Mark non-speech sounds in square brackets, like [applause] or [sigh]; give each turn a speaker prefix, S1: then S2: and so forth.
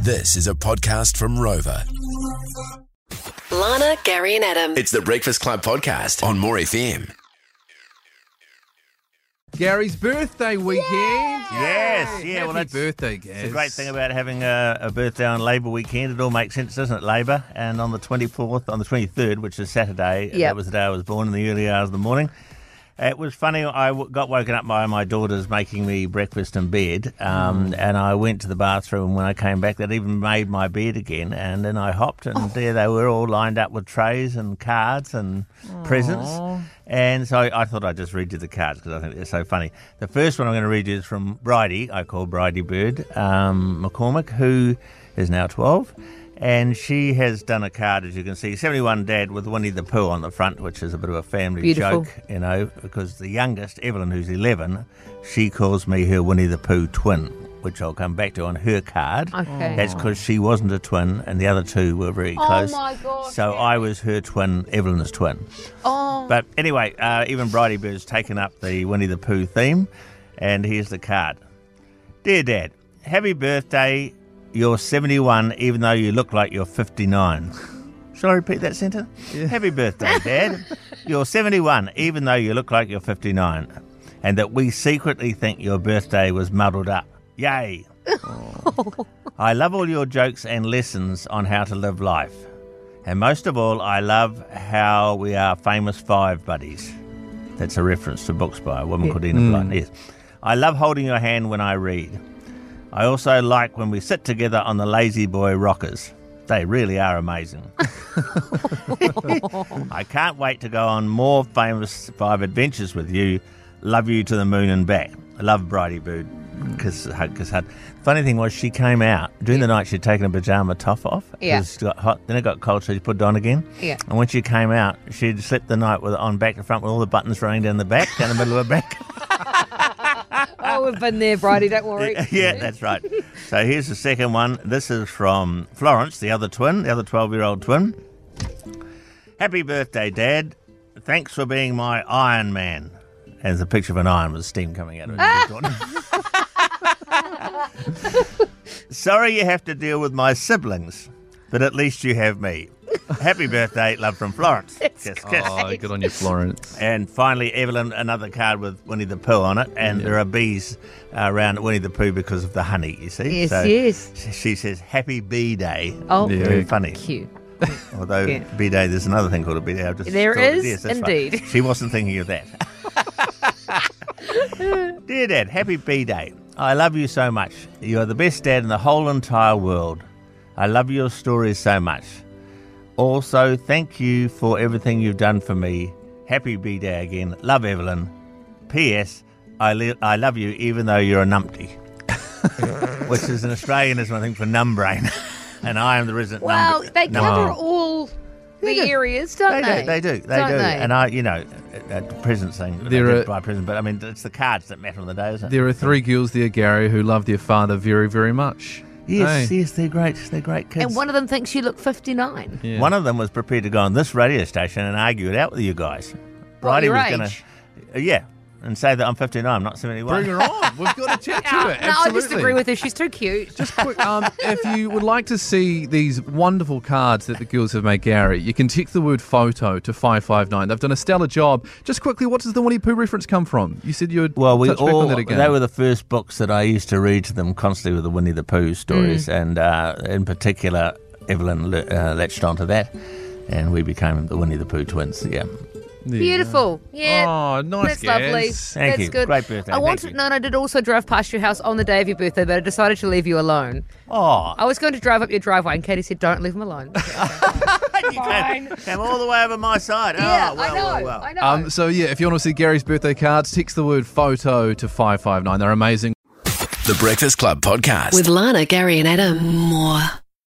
S1: This is a podcast from Rover.
S2: Lana, Gary, and Adam.
S1: It's the Breakfast Club podcast on More FM.
S3: Gary's birthday weekend.
S4: Yes, yeah,
S3: Happy
S4: well, that's
S3: birthday, Gary.
S4: the great thing about having a, a birthday on Labour weekend. It all makes sense, doesn't it? Labour, and on the 24th, on the 23rd, which is Saturday,
S5: Yep.
S4: that was the day I was born in the early hours of the morning. It was funny. I w- got woken up by my daughters making me breakfast in bed, um, and I went to the bathroom. And when I came back, they'd even made my bed again. And then I hopped, and there they were, all lined up with trays and cards and presents. And so I, I thought I'd just read you the cards because I think they're so funny. The first one I'm going to read you is from Bridie, I call Bridie Bird um, McCormick, who is now 12. And she has done a card, as you can see, 71 Dad with Winnie the Pooh on the front, which is a bit of a family
S5: Beautiful.
S4: joke, you know, because the youngest, Evelyn, who's 11, she calls me her Winnie the Pooh twin, which I'll come back to on her card.
S5: Okay. Oh,
S4: That's because she wasn't a twin and the other two were very close.
S5: my God,
S4: So I was her twin, Evelyn's twin.
S5: Oh,
S4: But anyway, uh, even Bridie Bird's taken up the Winnie the Pooh theme, and here's the card. Dear Dad, happy birthday. You're 71, even though you look like you're 59. [laughs] Shall I repeat that sentence? Happy birthday, Dad. you're 71, even though you look like you're 59. And that we secretly think your birthday was muddled up. [laughs] Yay. I love all your jokes and lessons on how to live life. And most of all, I love how we are famous five buddies. That's a reference to books by a woman called Enid Blyton. Yes. I love holding your hand when I read. I also like when we sit together on the Lazy Boy Rockers. They really are amazing. I can't wait to go on more famous five adventures with you. Love you to the moon and back. I love Bridie Bird. Kiss, hug, kiss, hug. Funny thing was, she came out during the night. She'd taken a pajama top off.
S5: Yeah.
S4: 'cause It got hot. Then it got cold, so she put it on again.
S5: Yeah.
S4: And when she came out, she'd slipped the night with it on back to front, with all the buttons running down the back, down the middle of her back.
S5: oh,
S4: [laughs]
S5: we've been there, Bridie. Don't worry.
S4: yeah, that's right. So here's the second one. This is from Florence, the other twin, the other 12 year old twin. Happy birthday, Dad. Thanks for being my Iron Man. And there's a picture of an iron with steam coming out of it. [laughs] Sorry you have to deal with my siblings, but at least you have me. Happy birthday, love from Florence. Kiss, kiss.
S3: Oh, good on you, Florence.
S4: And finally, Evelyn, another card with Winnie the Pooh on it. And there are bees uh, around Winnie the Pooh because of the honey, you see.
S5: Yes, yes.
S4: sh- She says, Happy Bee Day.
S5: Oh,
S3: Yeah.
S4: Very funny.
S5: cute.
S4: Although
S5: Yeah.
S4: Bee Day, there's another thing called a Bee Day. I've just
S5: There
S4: thought of-
S5: is,
S4: yes, that's
S5: indeed.
S4: Right. She wasn't thinking of
S5: [laughs]
S4: that. Dear Dad, happy B Day. I love you so much. You are the best dad in the whole entire world. I love your stories so much. Also, thank you for everything you've done for me. Happy B Day again. Love Evelyn. P.S. I, li- I love you even though you're a numpty, [laughs] which is an Australianism, I think, for numbrain. [laughs] and I am the resident
S5: Well,
S4: numb-
S5: they
S4: numb-
S5: cover all the
S4: do.
S5: areas, don't
S4: they,
S5: they?
S4: do. They do. They
S5: Don't
S4: do.
S5: they?
S4: And I, you know, at the prison thing,
S3: There
S4: there
S3: are-
S4: by prison, but I mean, it's the cards that matter on the day, isn't it?
S3: There are three girls there, Gary, who love their father very, very much.
S4: Yes,
S3: Hey.
S4: yes, they're great. They're great kids.
S5: and one of them thinks you look 59.
S3: Yeah.
S4: One of them was prepared to go on this radio station and argue it out with you guys.
S5: What,
S4: Bridie
S5: your
S4: was
S5: age?
S4: gonna, Uh, yeah, and say that I'm 59, I'm not 71.
S3: Bring her on. We've got to chat to her.
S5: Ah, [laughs] No, I
S3: Absolutely.
S5: disagree with her. She's too cute.
S3: Just quick, um, if you would like to see these wonderful cards that the girls have made, Gary, you can text the word photo to 559. They've done a stellar job. Just quickly, what does the Winnie Pooh reference come from? You said you would
S4: Well, we
S3: touch back
S4: all
S3: on that again.
S4: they were the first books that I used to read to them constantly with the Winnie the Pooh stories,
S5: Mm.
S4: and uh, in particular, Evelyn le- uh, latched onto that, and we became the Winnie the Pooh twins. Yeah,
S3: Yeah.
S5: Beautiful. Yeah.
S3: Oh, nice,
S5: That's lovely.
S3: Gaz.
S4: Thank
S5: That's
S4: you.
S5: good.
S4: Great birthday.
S5: I
S4: Thank
S5: wanted
S4: you.
S5: no, no, I did also drive past your house on the day of your birthday, but I decided to leave you alone.
S4: oh,
S5: I was going to drive up your driveway, and Katie said, "Don't leave
S4: [laughs]
S5: him alone."
S4: you came, came all the way over my side.
S5: yeah,
S4: oh, well,
S5: I
S4: well,
S5: know.
S4: well.
S5: I know.
S3: Um, so, yeah, if you want to see Gary's birthday cards, text the word photo to 559. They're amazing.
S1: The Breakfast Club podcast.
S2: With Lana, Gary, and Adam. More.